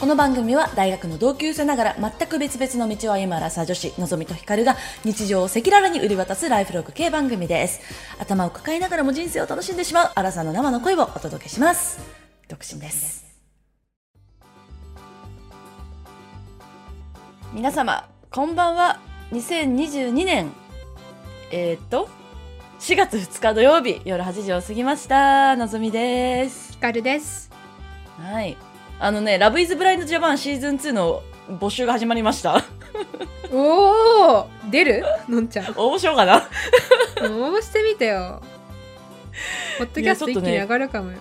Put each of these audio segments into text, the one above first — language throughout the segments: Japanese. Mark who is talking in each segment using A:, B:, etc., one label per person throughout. A: この番組は大学の同級生ながら全く別々の道を歩むアラサー女子のぞみとひかるが日常を赤裸々に売り渡すライフログ系番組です頭を抱えながらも人生を楽しんでしまうアラサーの生の声をお届けします独身です皆様こんばんは2022年えー、っと4月2日土曜日夜8時を過ぎましたのぞみです
B: ヒカルです。
A: はい。あのね、ラブイズブラインドジャパンシーズン2の募集が始まりました。
B: おお、出る？のんちゃん。
A: 応募しようかな。
B: 応募してみてよ。ポッドキャスト
A: いやちょ
B: 一
A: っと
B: 気
A: ね
B: に上がるかもよ。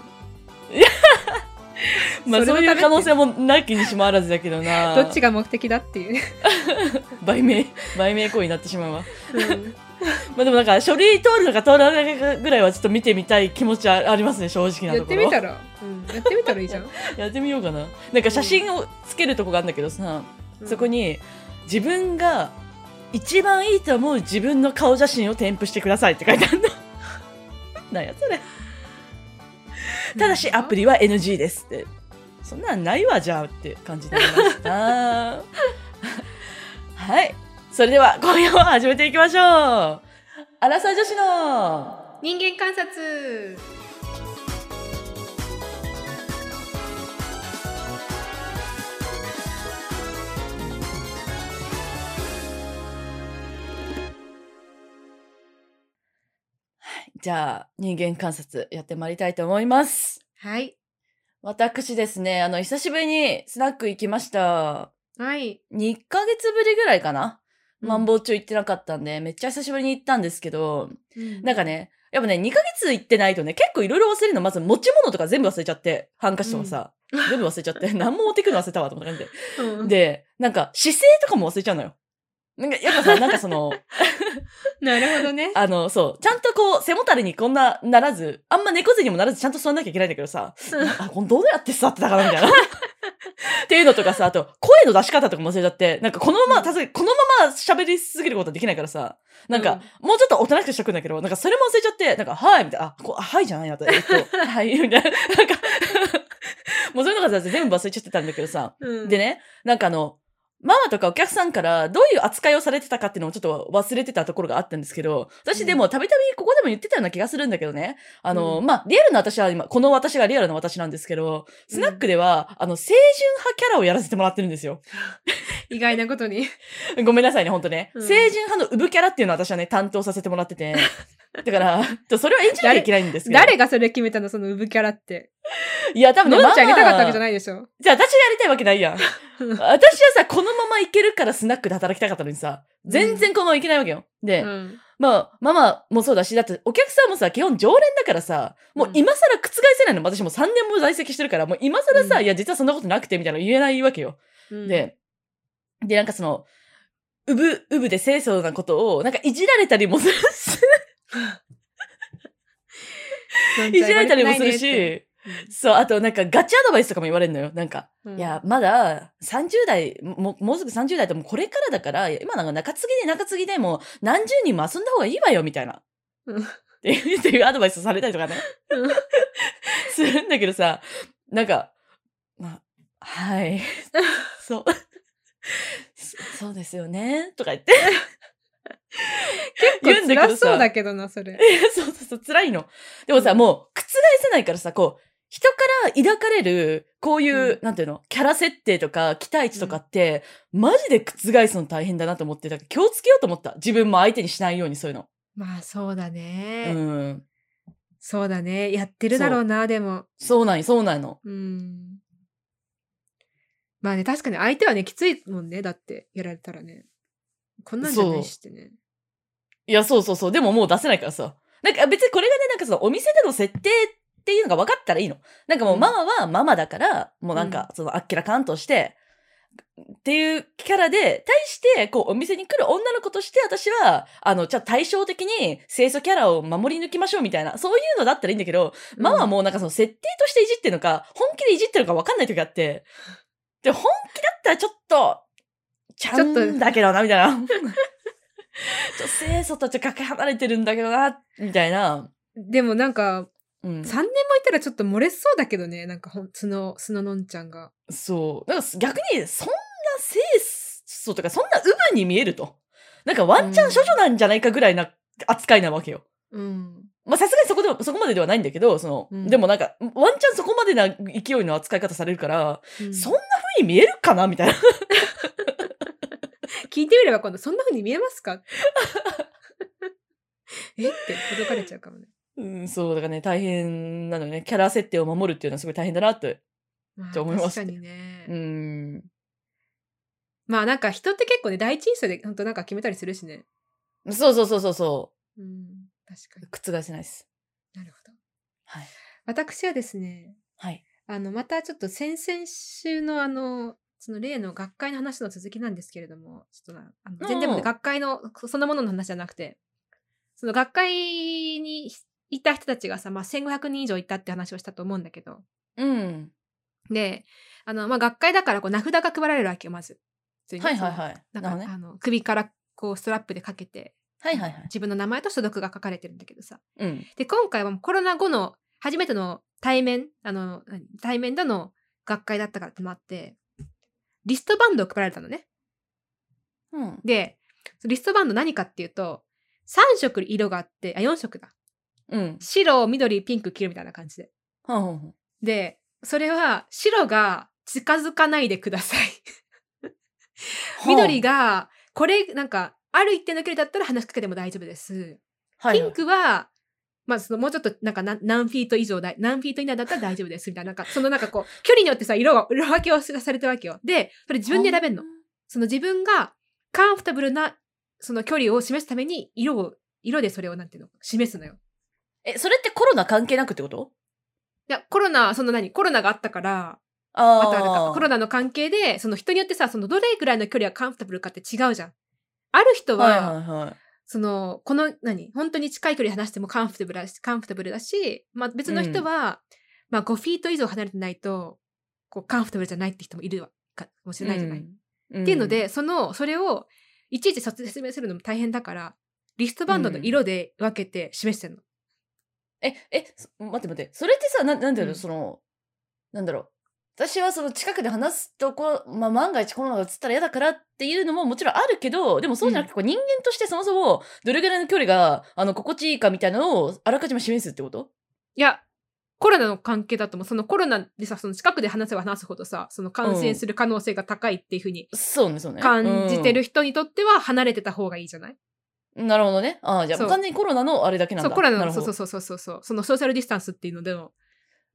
A: まあ、
B: そ
A: そう
B: れのた
A: いう
B: め
A: 可能性もなきにしもあらずだけどな。
B: どっちが目的だっていう。
A: 売名、売名行為になってしまうわ。
B: うん
A: まあでもなんか、書類通るのか通らないかぐらいはちょっと見てみたい気持ちはありますね、正直な
B: や
A: と
B: っ
A: こ
B: て
A: ろ。
B: みたら、うん、やってみたら いいじゃん。
A: やってみようかな。なんか写真をつけるとこがあるんだけどさ、そこに自分が一番いいと思う自分の顔写真を添付してくださいって書いてあるの。 なんやそれ。
B: うん、
A: ただしアプ
B: リ。
A: リは NG ですって。そんなんないわじゃあって感じになりました。 はい。それでは今夜も始めていきましょう。アラサー女子の
B: 人間観察。
A: じゃあ人間観察やってまいりたいと思います。
B: はい
A: 私ですね、あの、久しぶりにスナック行きました。
B: はい。
A: 2ヶ月ぶりぐらいかな。
B: うん
A: マンボウ中行ってなかったんで、めっちゃ久しぶりに行ったんですけど、
B: な
A: なんか。ね、やっぱね、2ヶ月行ってないとね、結構いろいろ忘れるの、まず持ち物とか全部忘れちゃって、ハンカチとかさ、全部忘れちゃ って、何も持ってくの忘れたわ、と思った感じで。
B: うん、
A: で、なんか姿勢とかも忘れちゃうのよ。なんか、やっぱさ、なんかその、
B: なるほどね。
A: あの、そう、ちゃんとこう、背もたれにこんなならず、あんま猫背にもならず、ちゃんと座んなきゃいけないんだけどさ、 あ、これどうやって座ってたかなみたいな。 っていうのとかさ、あと、声の出し方とかも忘れちゃって、なんかこのまま、たとえこのまま喋り続けることはできないからさ、なんか、もうちょっとおとなしくしとくんだけど、なんかそれも忘れちゃって、なんか、はい、みたいな、あ、こうあはいじゃないなと、えっ と、はい、みたいな、なんか、もうそういうのが全部忘れちゃってたんだけどさ、
B: うん、うん
A: で。ね、なんかあの、ママとかお客さんからどういう扱いをされてたかっていうのをちょっと忘れてたところがあったんですけど、私でもたびたびここでも言ってたような気がするんだけどね。あの、
B: う
A: まあ、リアルな私は今、この私がリアルな私なんですけど、スナックでは、あの、清純派キャラをやらせてもらってるんですよ。
B: 意外なことに。
A: ごめんなさいね、ほんとね。
B: うん
A: 清純派のウブキャラっていうのを私はね、担当させてもらって て。だから、それは演じなきゃいけないんですけど。
B: 誰がそれ決めたのそのウブキャラって。
A: いや、多分ね、
B: のんちゃんあげたかったわけじゃ
A: ない。
B: ないでしょ。
A: じゃあ、私がやりたいわけないやん。私はさ、このままいけるからスナックで働きたかったのにさ、全然このままいけないわけよ。で、
B: うん。
A: まあ、ママもそうだし、だってお客さんもさ、基本常連だからさ、もう今更覆せないの。私もう3年も在籍してるから、もう今更さ、
B: うん
A: いや、実はそんなことなくて、みたいなの言えないわけよ。
B: うん、
A: で、で、なんかその、うぶ、うぶで清楚なことを、なんかいじられたりもする し、
B: のんちゃん
A: いじられたりもする
B: 悪くないねって
A: し、そう、あとなんかガチアドバイスとかも言われるのよ。なんか、
B: うん
A: いや、まだ30代、ももうすぐ30代ってもうこれからだから、いや今なんか中継ぎで中継ぎでもう何十人も遊んだ方がいいわよ、みたいな。
B: うん
A: っていう っていうアドバイスされたりとかね
B: うん。
A: するんだけどさ、なんか、まあ、 はい。そう。 そそうですよね。とか言って。
B: 結構辛そうだけどな、それ。
A: そうそうそう、辛いの。でもさ、もう、覆せないからさ、こう、人から抱かれる、こういう、
B: うん
A: なんていうの、キャラ設定とか、期待値とかって、マジで覆すの大変だなと思って、だから気をつけようと思った。自分も相手にしないように、そういうの。
B: まあ、そうだね、
A: うん。
B: そうだね。やってるだろうな、でも。
A: そうなんよ、そうなんの。
B: うん。まあね、確かに相手はね、きついもんね。だって、やられたらね。こんなんじゃないしってね。
A: いや、そうそうそう。でももう出せないからさ。なんか別にこれがね、なんかそのお店での設定っていうのが分かったらいいの。なんかもう
B: うん
A: ママはママだから、もうなんかそのあっけらかんとして、っていうキャラで、対して、こう、お店に来る女の子として、私は、あの、じゃあ対照的に、清楚キャラを守り抜きましょうみたいな、そういうのだったらいいんだけど、
B: うん
A: ママはもうなんかその設定としていじってるのか、本気でいじってるのか分かんない時があって、で、本気だったらちょっと、ちゃ
B: ょっと
A: んだけどな、みたい な。ちょっと清楚とちょっとかけ離れてるんだけどな、みたいな。
B: でもなんか、
A: うん、
B: 3年もいたらちょっと漏れそうだけどねなんかほん素の素ののんちゃんが
A: そう。なんか逆に、そんな清楚とか、そんなウブに見えると。なんかワンチャン処女なんじゃないかぐらいな扱いなわけよ。
B: うん
A: まあさすがにそこでも、そこまでではないんだけど、その、
B: うん
A: でもなんか、ワンチャンそこまでな勢いの扱い方されるから、
B: うん
A: そんな風に見えるかなみたいな。
B: 聞いてみれば今度そんな風に見えま すかえって驚かれちゃうかもね、
A: うん、そう、だからね、大変なのよね。キャラ設定を守るっていうのはすごい大変だなって。
B: まあ、
A: と思います
B: 確かにね、
A: うん。
B: まあなんか人って結構ね第一印象で本当なんか決めたりするしね
A: そうそうそうそうそ
B: うん確かに
A: う。覆せないです。
B: なるほど
A: はい。
B: 私はですね
A: はい。
B: あのまたちょっと先々週のあのその例の学会の話の続きなんですけれどもちょっとなあの全然もうね
A: うん
B: 学会のそんなものの話じゃなくてその学会にいた人たちがさ、まあ、1,500人以上いたって話をしたと思うんだけど
A: うん。
B: であの、まあ、学会だからこう名札が配られるわけよまず。普通に
A: はいはい
B: その
A: はい。
B: な
A: なんん
B: か
A: かね。
B: あの首からこうストラップでかけて
A: はいはいはい。
B: 自分の名前と所属が書かれてるんだけどさ
A: うん。
B: で今回はもうコロナ後の初めての対面あの何対面での学会だったからってもあってリストバンドを配られたのね
A: うん。
B: でリストバンド何かっていうと3色色があってあ4色だ
A: うん。
B: 白緑ピンク黄色みたいな感じで
A: はんはんはん
B: でそれは白が近づかないでください緑
A: が、
B: がこれなんかある一定の距離だったら話しかけても大丈夫です
A: はい
B: ピ
A: はい
B: ンクは、まあ、そのもうちょっとなんか何何フィート以上だ何フィート以内だったら大丈夫ですみたいななんか そのなんかこう距離によってさ色が色分けをされてるわけよでそれ自分で選べるの。その自分がカンフォータブルなその距離を示すために色を色でそれをなんていうの示すのよ
A: え、それってコロナ関係なくってこと
B: いやコロナその何コロナがあったから
A: あ
B: あ
A: ー
B: とあれかコロナの関係でその人によってさそのどれぐらいの距離がカンフォータブルかって違うじゃんある人は、
A: はいはいはい。
B: そのこの何本当に近い距離で話してもカンフォータブルだしカンフォータブルだし、まあ、別の人は、まあ、5フィート以上離れてないとこうカンフォータブルじゃないって人もいるわかかもしれないじゃない。っ
A: ん
B: ていうの、でそのそれをいちいち説説明するのも大変だからリストバンドの色で分けて示してんの。
A: え、え、そ待って待って。それってさ、ななんていうの、
B: うん
A: その、なんだろう。私はその近くで話すとこ、まあ、万が一コロナが映ったら嫌だからっていうのももちろんあるけど、でもそうじゃなくて、こう人間としてそもそもどれぐらいの距離が、あの、心地いいかみたいなのをあらかじめ示すってこと
B: いやコロナの関係だともそのコロナでさその近くで話せば話すほどさその感染する可能性が高いっていうふうに
A: そうね、そうね。
B: 感じてる人にとっては離れてた方がいいじゃない
A: うん。なるほどね。ああ、じゃあ
B: そう
A: 完全にコロナのあれだけなん
B: そ
A: だ。
B: うコロナ
A: なる
B: の
A: ほ
B: そう
A: ど
B: そうそうそうそうそうそのソーシャルディスタンスっていうのでも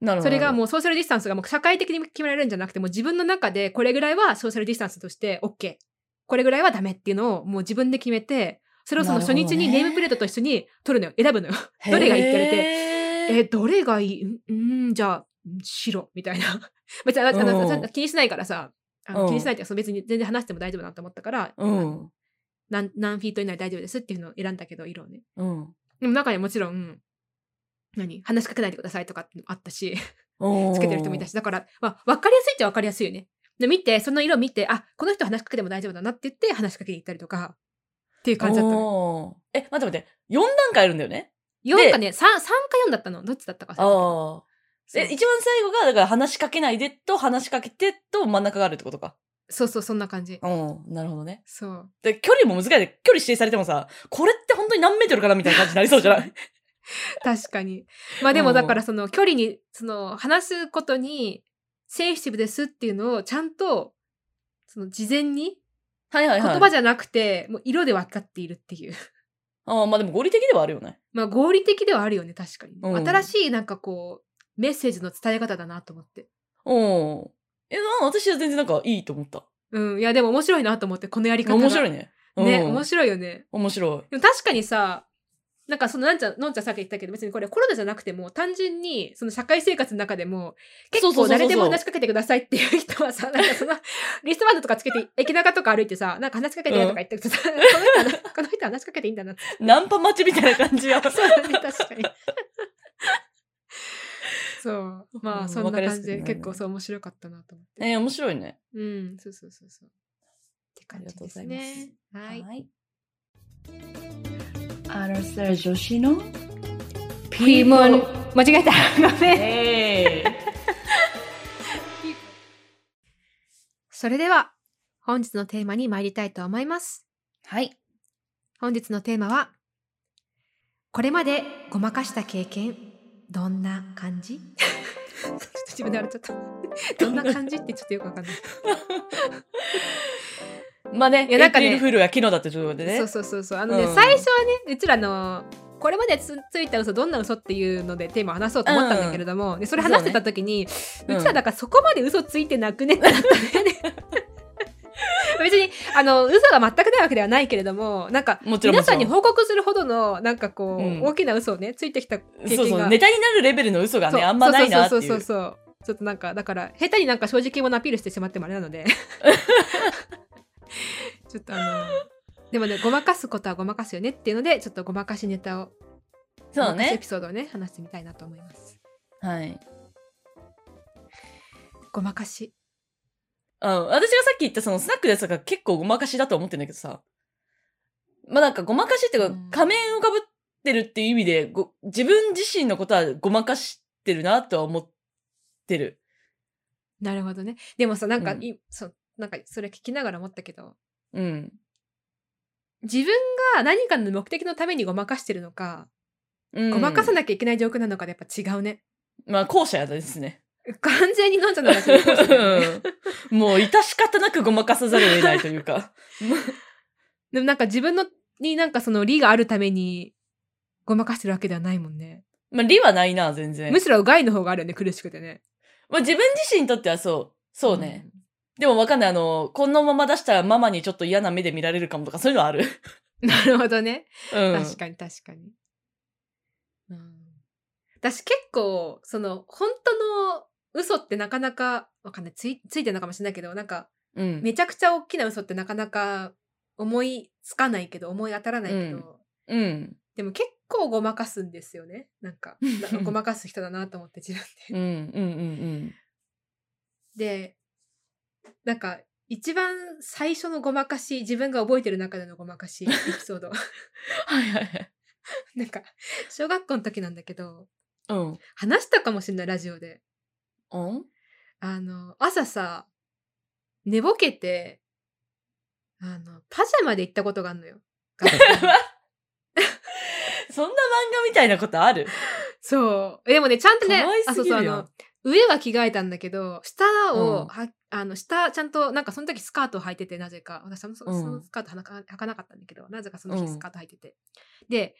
A: なるほど。
B: それが
A: う、
B: もうソーシャルディスタンスがもう社会的に決められるんじゃなくてもう自分の中でこれぐらいはソーシャルディスタンスとして OK これぐらいはダメっていうのをもう自分で決めてそれをその初日
A: なる
B: に
A: ほどね
B: ネームプレートと一緒に取るのよ選ぶのよどれがいいって言われて
A: て
B: えどれがいいんうんじゃあうん白みたいな 別にあの
A: うん
B: あの気にしないからさあの
A: うん
B: 気にしないっていうかその別に全然話しても大丈夫だなと思ったから、
A: うん。
B: 何何フィート以内大丈夫ですっていうのを選んだけど色をね
A: うん。
B: でも中にはもちろん、何話しかけないでくださいとかってのもあったし、
A: うん
B: つけてる人もいたし、だから、まあ、分かりやすいっちゃ分かりやすいよね。で、見て、その色見て、あ、この人話しかけても大丈夫だなって言って話しかけに行ったりとか、っていう感じだったのよ。
A: おーえ、待って待って。4段階あるんだよね。
B: 4かね、3、三か4だったの。どっちだったか忘れたけ
A: あ
B: ど
A: あ。
B: そう
A: え、一番最後が、だから話しかけないでと、話しかけてと、真ん中があるってことか。
B: そうそう、そんな感じ。
A: うん、なるほどね。
B: そう。
A: で、距離も難しいで、距離指定されてもさ、これって本当に何メートルかなみたいな感じになりそうじゃない
B: 確かに。まあで
A: う
B: も、
A: ん
B: だからその距離に、その話すことに、センシティブですっていうのをちゃんと、その事前に、
A: はいはい
B: 言
A: はい。
B: 葉じゃなくて、もう色で分かっているっていう。
A: ああ、まあでも合理的ではあるよね。
B: まあ合理的ではあるよね確かに、
A: うん
B: 新しいなんかこうメッセージの伝え方だなと思って
A: うん。え、な私は全然なんかいいと思った。
B: うんいやでも面白いなと思ってこのやり方が
A: 面白い
B: ね,、
A: ね。うん
B: 面白いよね
A: 面白
B: でも確かにさなんかそのなんちゃんのんちゃんさっき言ったけど別にこれコロナじゃなくても単純にその社会生活の中でも
A: そ
B: 結
A: うそ
B: 構
A: うそうそう
B: 誰でも話しかけてくださいっていう人は さなんかそのリストバンドとかつけて駅中とか歩いてさなんか話しかけてとか言ってるとさ、この人はこの人は話しかけていいんだなって
A: い。ナンパ待ちみたいな感じや。
B: そうだね確かに そう
A: う
B: まあ
A: ん
B: そん
A: わかり
B: な
A: やす
B: 感
A: く
B: じ
A: なる
B: で
A: ね
B: 結構そう面白かったなと思って
A: えー面白いね。
B: うん、そうそうそうそう。って感じです
A: ありがとうござい
B: ね。はい。
A: い。アラサー女子の
B: ピーモン、間違えた。 ごめん。
A: えー
B: それでは、本日のテーマに参りたいと思います。
A: はい。
B: 本日のテーマは、これまでごまかした経験、どんな感じ ちょっと自分で笑っちゃった。ど んな感じってちょっとよくわかんない。
A: まあね、
B: いやなんか
A: エ
B: ね
A: イプリルフールが昨日だってということでね。
B: そうそうそうそう。あのね、
A: うん
B: 最初はね、うちらの、これまでつついた嘘どんな嘘っていうのでテーマを話そうと思ったんだけれども、でそれ話してた時に、う
A: ね
B: ちらだからそこまで嘘ついてなくねってなったんだよね。 別にあの嘘が全くないわけではないけれどもなんか
A: もちろん
B: 皆さんに
A: もち
B: 報告するほどのなんかこう、
A: うん
B: 大きな嘘をねついてきた経
A: ろん
B: 験が
A: そうそう、ネタになるレベルの嘘がね、あんまないなって
B: そう
A: い
B: そうそう
A: う。
B: そうそうちょっとなんかだから下手になんか正直者アピールしてしまってもあれな のでちょっとあのでもねごまかすことはごまかすよねっていうのでちょっとごまかしネタを
A: そうだ
B: ごまかしエ
A: ね
B: ピ。ソードをね話してみたいなと思います
A: はい。
B: ごまかし
A: うん、私がさっき言ったそのスナックですが結構ごまかしだと思ってんだけどさ。まあなんかごまかしっていうか、
B: うん
A: 仮面をかぶってるっていう意味でご、自分自身のことはごまかしてるなとは思ってる。
B: なるほどねでもさなんか、
A: うん
B: いそうなんかそれ聞きながら思ったけど
A: うん。
B: 自分が何かの目的のためにごまかしてるのか、
A: うん、
B: ごまかさなきゃいけない状況なのかでやっぱ違うね
A: まあ後者やですね。
B: 完全に飲んじゃうのがそれかもしれないね
A: うんもう致し方なくごまかさざるを得ないという か。
B: でもなんか自分のになんかその利があるためにごまかしてるわけではないもんね。
A: まあ理はないな、全然
B: む。しろうがいの方があるよね、苦しくてね。
A: まあ自分自身にとってはそう。そうね。でもわかんない。あの、このまま出したらママにちょっと嫌な目で見られるかもとかそういうのはある。
B: うん。 なるほどね。
A: うん。
B: 確かに確かに。うん、私結構、その、本当の嘘ってなかなか、わかんない、ついついてるのかもしれないけど、なんか、
A: うん。
B: めちゃくちゃ大きな嘘ってなかなか思いつかないけど、思い当たらないけど、
A: うんうん。
B: でも結構ごまかすんですよね。な んか、なごまかす人だなと思って自分
A: う
B: で。
A: んうんうん
B: でなんか一番最初のごまかし自分が覚えてる中でのごまかしエピソード
A: う ん。はいはいはい。
B: なんか小学校の時なんだけど
A: うん。
B: 話したかもしれないラジオで
A: うん
B: あの朝さ寝ぼけてあのパジャマで行ったことがあるのよ学校に
A: そんな漫画みたいなことある
B: そうでもねちゃんとね
A: かわい
B: あ
A: す
B: そう
A: ぎ
B: そうあ
A: るやん
B: の上は着替えたんだけど下を、
A: うん
B: はあの下ちゃんとなんかその時スカートを履いててなぜか私もそ,、
A: うん
B: そのスカートはなか履かなかったんだけどなぜかその
A: う
B: 日
A: ん
B: スカート履いてて、で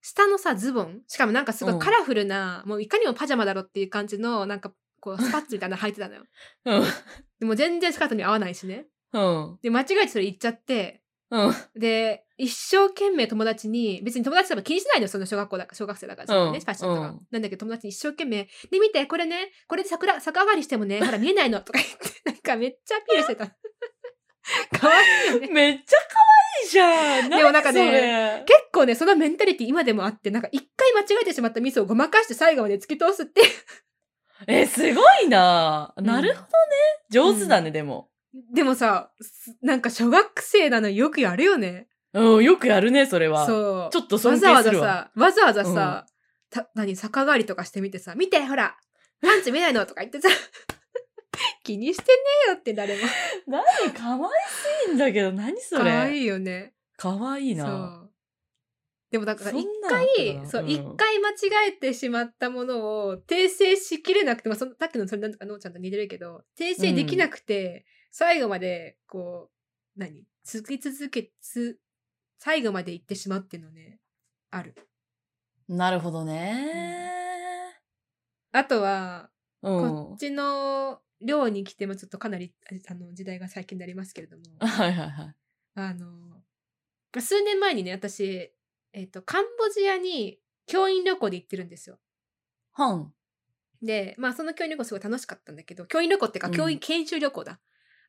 B: 下のさズボンしかもなんかすご
A: う
B: い
A: ん
B: カラフルな、もういかにもパジャマだろっていう感じのなんかこうスパッツみたいなの履いてたのよ
A: うん。
B: でも全然スカートに合わないしね
A: うん。
B: で間違えてそれ言っちゃって
A: うん。
B: で一生懸命友達に別に友達多分気にしないのよその小学校だから小学生だからその
A: う
B: ね、
A: ん
B: ファッションとか、
A: うん
B: なんだけど友達に一生懸命「で見てこれねこれで桜逆上がりしてもねほら見えないの」とか言ってなんかめっちゃアピール してたかわいいよね
A: めっちゃ可愛いじゃん。
B: でもなんか
A: 何
B: ね
A: それ
B: 結構ねそのメンタリティ今でもあってなんか一回間違えてしまったミスをごまかして最後まで突き通すっていう
A: え、すごいな。なるほどね。上手だね、でも。
B: でもさすなんか小学生なのによくやるよね
A: うん、よくやるね、それは。
B: そう
A: ちょっと
B: わ
A: 尊
B: ざわ
A: 敬
B: ざ
A: するわ。
B: さ、わざわざさ、た何、逆上がりとかしてみてさ、見てほらパンツ見えないのとか言ってさ、 気にしてねえよって誰も。
A: 何可愛すぎんだけど、何そ
B: かわい
A: れ。
B: いよね。
A: 可愛い
B: そ
A: な。
B: う。でもだから
A: そん
B: 一
A: なのあったか
B: 回、
A: な
B: そうう、
A: ん
B: 一回間違えてしまったものを訂正しきれなくて、まあ、その、さっきのそれなんとかのーちゃんと似てるけど、訂正できなくて、最後まで、こう、何続き続けつ、最後まで行ってしまうっていうのね、ある。
A: なるほどね。
B: あとは、
A: うん
B: こっ。ちの寮に来てもちょっとかなりああの時代が最近になりますけれども
A: はいはいはい。
B: あの数年前にね私、えっとカンボジアに教員旅行で行ってるんですよ。
A: はん。
B: でまあその教員旅行すごい楽しかったんだけど教員旅行っていうか教
A: う
B: 員、
A: ん
B: 研修旅行だ。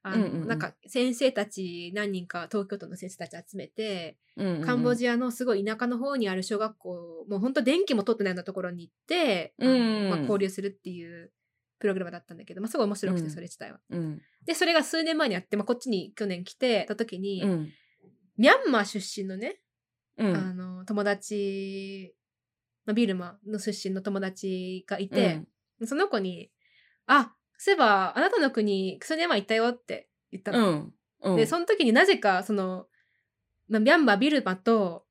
B: あの
A: うんうんうん
B: なんか先生たち何人か東京都の先生たち集めて、
A: うん
B: カンボジアのすごい田舎の方にある小学校もうほんと電気も通ってないようなところに行って、あの
A: うん
B: まあ、交流するっていうプログラムだったんだけど、まあ、すごい面白くて
A: うん
B: それ自体は。
A: ア。うん。
B: で、それが数年前にあって、まあ、こっちに去年来てた時に、
A: うん。
B: ミャンマー出身のね、
A: う
B: あ
A: ん。
B: の、友達まあ、ビルマの出身の友達がいて、その子に「あそういえばあなたの国クソニアマン行ったよ」って言った
A: う
B: の。
A: ん。うん。
B: でその時になぜかその、まあ、ミャンマービルマと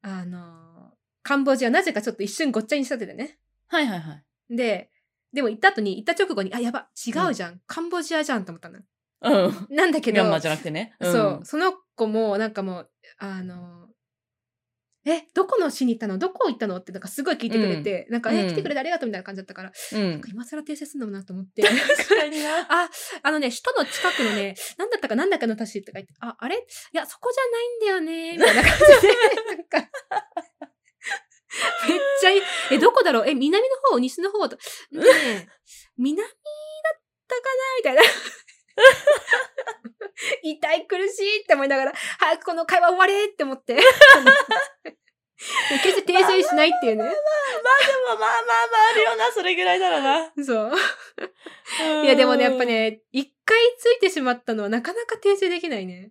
B: あのカンボジアなぜかちょっと一瞬ごっちゃにしちゃっててね。
A: はいはいはい。
B: ででも行った後に行った直後に「あやば違うじゃん、カンボジアじゃん」と思ったの。
A: うん。
B: なんだけ
A: ミ
B: ど
A: ャンマーじゃなくてね。ん
B: そう、。その子もなんかもう、あの、え、どこの市に行ったのどこ行ったのってなんかすごい聞いてくれて、なんか、
A: う
B: え、
A: ん
B: 来てくれてありがとうみたいな感じだったから、
A: うん。
B: 今更訂正すんのもなと 思って、
A: かにな。
B: あ、あのね、首都の近くのね、 なんだったかなんだかの都市とか言って、あ、あれいや、そこじゃないんだよ ね、みたいな感じで、なんか、めっちゃいい。え、どこだろうえ、南の方西の方と。ねえ南だったかなみたい な。痛い苦しいって思いながら、早くこの会話終われって 思って。決して訂正しないってい
A: で
B: うね。
A: もまあまあまああるよな、それぐらいならな。
B: そ
A: う
B: う。
A: ん
B: いや、でもね、やっぱ。ね、一回ついてしまったのはなかなか訂正できないね。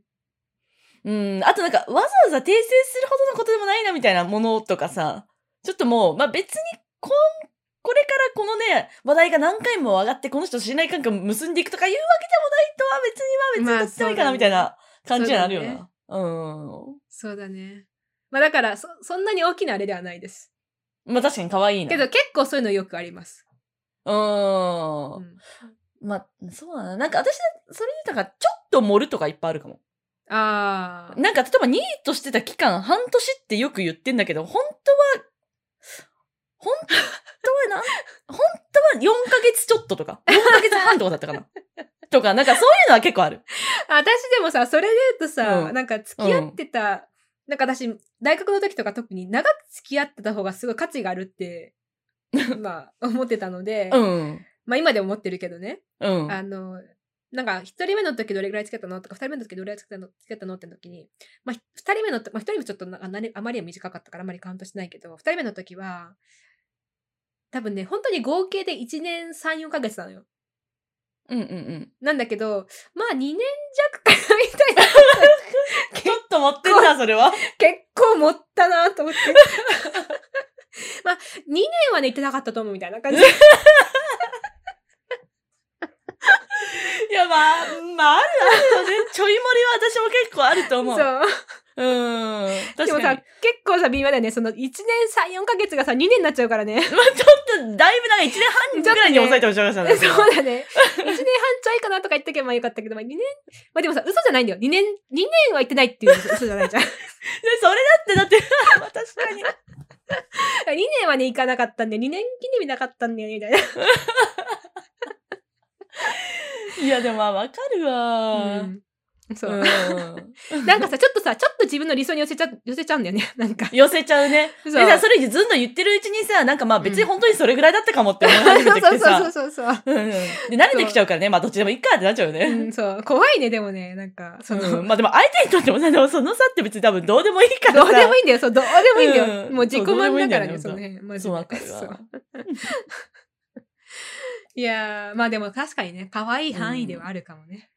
A: うん。あとなんか、わざわざ訂正するほどのことでもないな、みたいなものとかさ。ちょっともう、まあ別に、こん、これからこのね、話題が何回も上がって、この人と信頼関係を結んでいくとかいうわけでもないとは、別には別にとってもいいか
B: ま
A: な、
B: あ
A: みたいな感じになるよ
B: そうだ
A: な。うん。
B: そうだね。まあだから、そ、そんなに大きなあれではないです。
A: まあ確かに可愛いな。
B: けど結構そういうのよくあります。
A: うん
B: う。ん
A: まあ、そうだな。なんか私、それでなんか、ちょっと盛るとかいっぱいあるかも。
B: ああ。
A: なんか、例えば、ニートしてた期間、半年ってよく言ってんだけど、本当は、本当はな、 本当は4ヶ月ちょっととか、4ヶ 月半とかだったかな。とか、なんかそういうのは結構ある。
B: 私でもさ、それで言うとさ、
A: うん
B: なんか付き合ってた、なんか私、大学の時とか特に長く付き合ってた方がすごい価値がある って、まあ思ってたので、
A: うん。
B: まあ今でも思ってるけどね。
A: うん。
B: あの、なんか、一人目の時どれぐらいつけたのとか、二人目の時どれぐらいつけたのつけたのって時に、まあ、ひ二人目のと、まあ、一人目ちょっとなあなりあまりは短かったからあまりカウントしないけど、二人目の時は、多分ね、本当に合計で1年3、4ヶ月なのよ。
A: うんうんうん。
B: なんだけど、まあ2年弱かな、みたいな。
A: ちょっと持ってんな、それは。
B: 結構持ったなと思って。 まあ、2年はね、行ってなかったと思うみたいな感じ。
A: いや、まあ、まあ、あるあるよ ね。ちょい盛りは私も結構あると思う。
B: そう。
A: うん。
B: で
A: 確
B: も
A: か
B: さ、
A: に
B: 結。構さ、微妙だよね。その1年3、4ヶ月がさ、2年になっちゃうからね。
A: まあ、ちょっと、だいぶなんか1年半ぐらいに抑えてほしいましたね。
B: そうだね。1年半ちょいかなとか言ってけばよかったけど、まあ2年、まあでもさ、嘘じゃないんだよ。2年、二年は言ってない っていう嘘じゃないじゃん。2
A: で、それだって、だ って、まあ確かに。
B: 年はね、行かなかったんだよ。2年記念日なかったんだよね、みたいな。
A: いや、でもまあ、わかるわ。
B: うんそうう。
A: ん。
B: なんかさ、ちょっとさ、ちょっと自分の理想に寄せちゃ、寄せちゃうんだよね。 なんか。
A: 寄せちゃうね。
B: そ
A: で
B: う
A: さ、それずんどん言ってるうちにさ、なんかまあ別に本当にそれぐらいだったかもって思い
B: そう
A: 始めてき
B: そ
A: て
B: うそ
A: さ
B: う。そうそう。
A: うんうんで、慣れてきちゃうからね、まあどっちでもいいかってなっちゃうよ
B: う
A: ね。
B: ん、そう。怖いね、でもね、なんか、その、
A: うんまあでも相手にとってもさ、でもその差って別に多分どうでもいいから
B: ど
A: さ。
B: うでもいいんだよ、そう、どうでもいいんだよ。
A: うん
B: もう自己満だからね、
A: そ
B: そうの
A: どうで
B: 辺、マジで。
A: そうわかる
B: そう
A: わ。
B: いやー、まあでも確かにね、可愛い範囲ではあるかもね。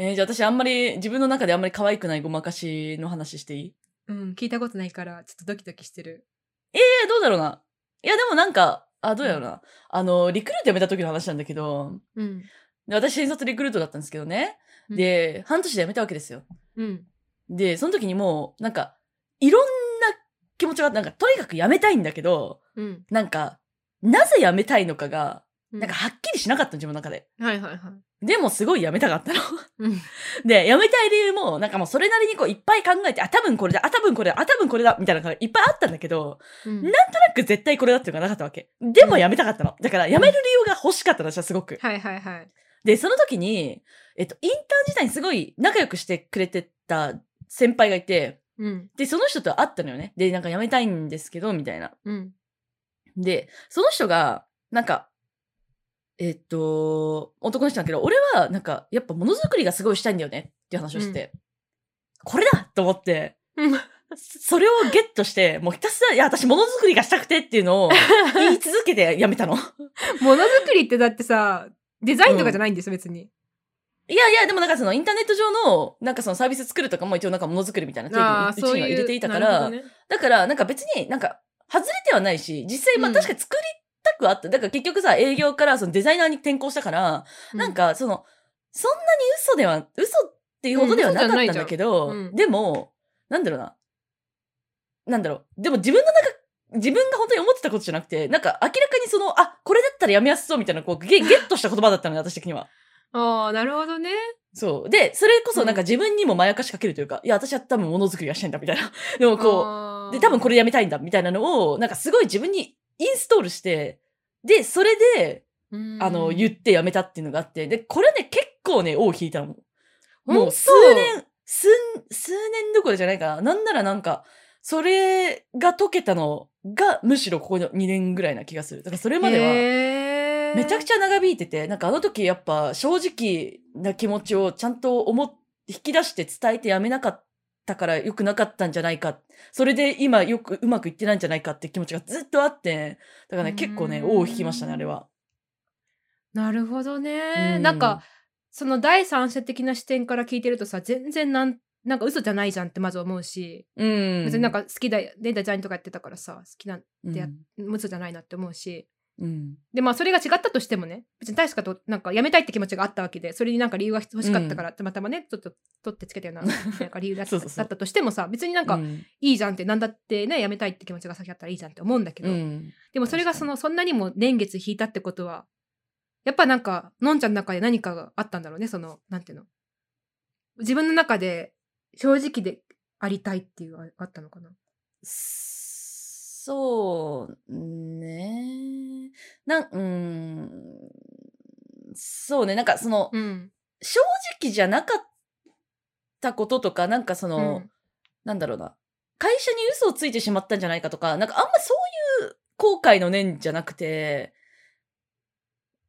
A: えー、じゃあ私あんまり、自分の中であんまり可愛くないごまかしの話していい
B: うん、聞いたことないから、ちょっとドキドキしてる。
A: えー、どうだろうな。いや、でもなんか、あ、どうやろうな。あの、リクルート辞めた時の話なんだけど、
B: うん。
A: で私、新卒リクルートだったんですけどね。
B: うん
A: で、半年で辞めたわけですよ。
B: うん。
A: で、その時にもう、なんか、いろんな気持ちがあって、なんか、とにかく辞めたいんだけど、
B: うん。
A: なんか、なぜ辞めたいのかが、
B: な
A: なんか、はっきりしなかったの自分の中で。
B: はいはいはい。
A: でも、すごい辞めたかったの。
B: うん。
A: で、辞めたい理由も、なんかもうそれなりにこう、いっぱい考えて、あ、多分これだ、あ、多分これだ、あ、多分これだ、みたいなのがいっぱいあったんだけど、
B: うん
A: なんとなく絶対これだっていうのがなかったわけ。でも辞めたかったの。だから、辞める理由が欲しかったの、私はすごく。
B: はいはいはい。
A: で、その時に、えっと、インターン時代にすごい仲良くしてくれてた先輩がいて、
B: うん。
A: で、その人と会ったのよね。で、なんか辞めたいんですけど、みたいな。
B: うん。
A: で、その人が、なんか、えっと、男の人なんだけど、俺は、なんか、やっぱものづくりがすごいしたいんだよね、っていう話をしてて、これだと思って、
B: うん
A: それをゲットして、もうひたすら、いや、私ものづくりがしたくてっていうのを言い続けて辞めたの。
B: ものづくりってだってさ、デザインとかじゃないんですよ、別に。
A: いやいや、でもなんかそのインターネット上の、なんかそのサービス作るとかも一応なんかものづくりみたいな定義にうちには入れていたから、だからなんか別になんか外れてはないし、実際、まあ
B: うん
A: 確かに作りたくはあった。だから結局さ、営業からそのデザイナーに転向したから、なん、かその、そんなに嘘では、嘘っていうほどではなかったんだけど、
B: うん嘘じゃないじゃんうん
A: でも、なんだろうな。なんだろう。でも自分の中、自分が本当に思ってたことじゃなくて、なんか明らかにその、あ、これだったらやめやすそうみたいな、こう、ゲゲットした言葉だ ったのね、私的には。
B: ああ、なるほどね。
A: そう。で、それこそなんか
B: うん
A: 自分にもまやかしかけるというか、いや、私は多分ものづくりがしたいんだ、みたいな。 でもこう、
B: う
A: で、多分これやめたいんだ、みたいなのを、なんかすごい自分にインストールして、で、それで、
B: れ、
A: あの、言
B: っ
A: ってやめたっていうのがあって、で、これね、結構ね、尾を引いたの。もう数年、数、数年どころじゃないかな。なんならなんか、それが解けたのが、むしろここの2年ぐらいな気がする。だからそれまでは、
B: は
A: めちゃく
B: ち
A: ちゃ長引いてて、なんかあの時やっぱ正直な気持ちをちゃんと思っ、引き出して伝えてやめなかったから良くなかったんじゃないか。それで今よくうまくいってないんじゃないかって気持ちがずっとあって、だからね、
B: うーん
A: 結構ね、尾を引きましたね、あれは。
B: ゃ。なるほど
A: う
B: ね。
A: ん
B: なんか、その第三者的な視点から聞いてるとさ、全然なん、なんか嘘じゃないじゃんってまず思うし、
A: うん。
B: 別になんか好きだよね、デザインとかやってたからさ、好きな、
A: うん、
B: 出会っ嘘じゃないなって思うし。
A: うん。
B: で、まあそれが違ったとしてもね、別に大したこと、なんかやめたいって気持ちがあったわけで、それになんか理由が欲しかったから、たまたまね、ちょっと取ってつけたよう な、なんか理由だった
A: そうそうそう
B: だったとしてもさ、別になんか、
A: うん、
B: いいじゃんってなんだってねやめたいって気持ちが先あったらいいじゃんって思うんだけど、
A: うん
B: でもそれがそのそんなにも年月引いたってことはやっぱなんかのんちゃんの中で何かがあったんだろうねそのなんていうの自分の中で正直でありたいっていうのがあったのかな
A: そうね。なん、うん。そうね。なんかその、
B: うん、
A: 正直じゃなかったこととか、なんかその、なんだろうな。会社に嘘をついてしまったんじゃないかとか、なんかあんまそういう後悔の念じゃなくて、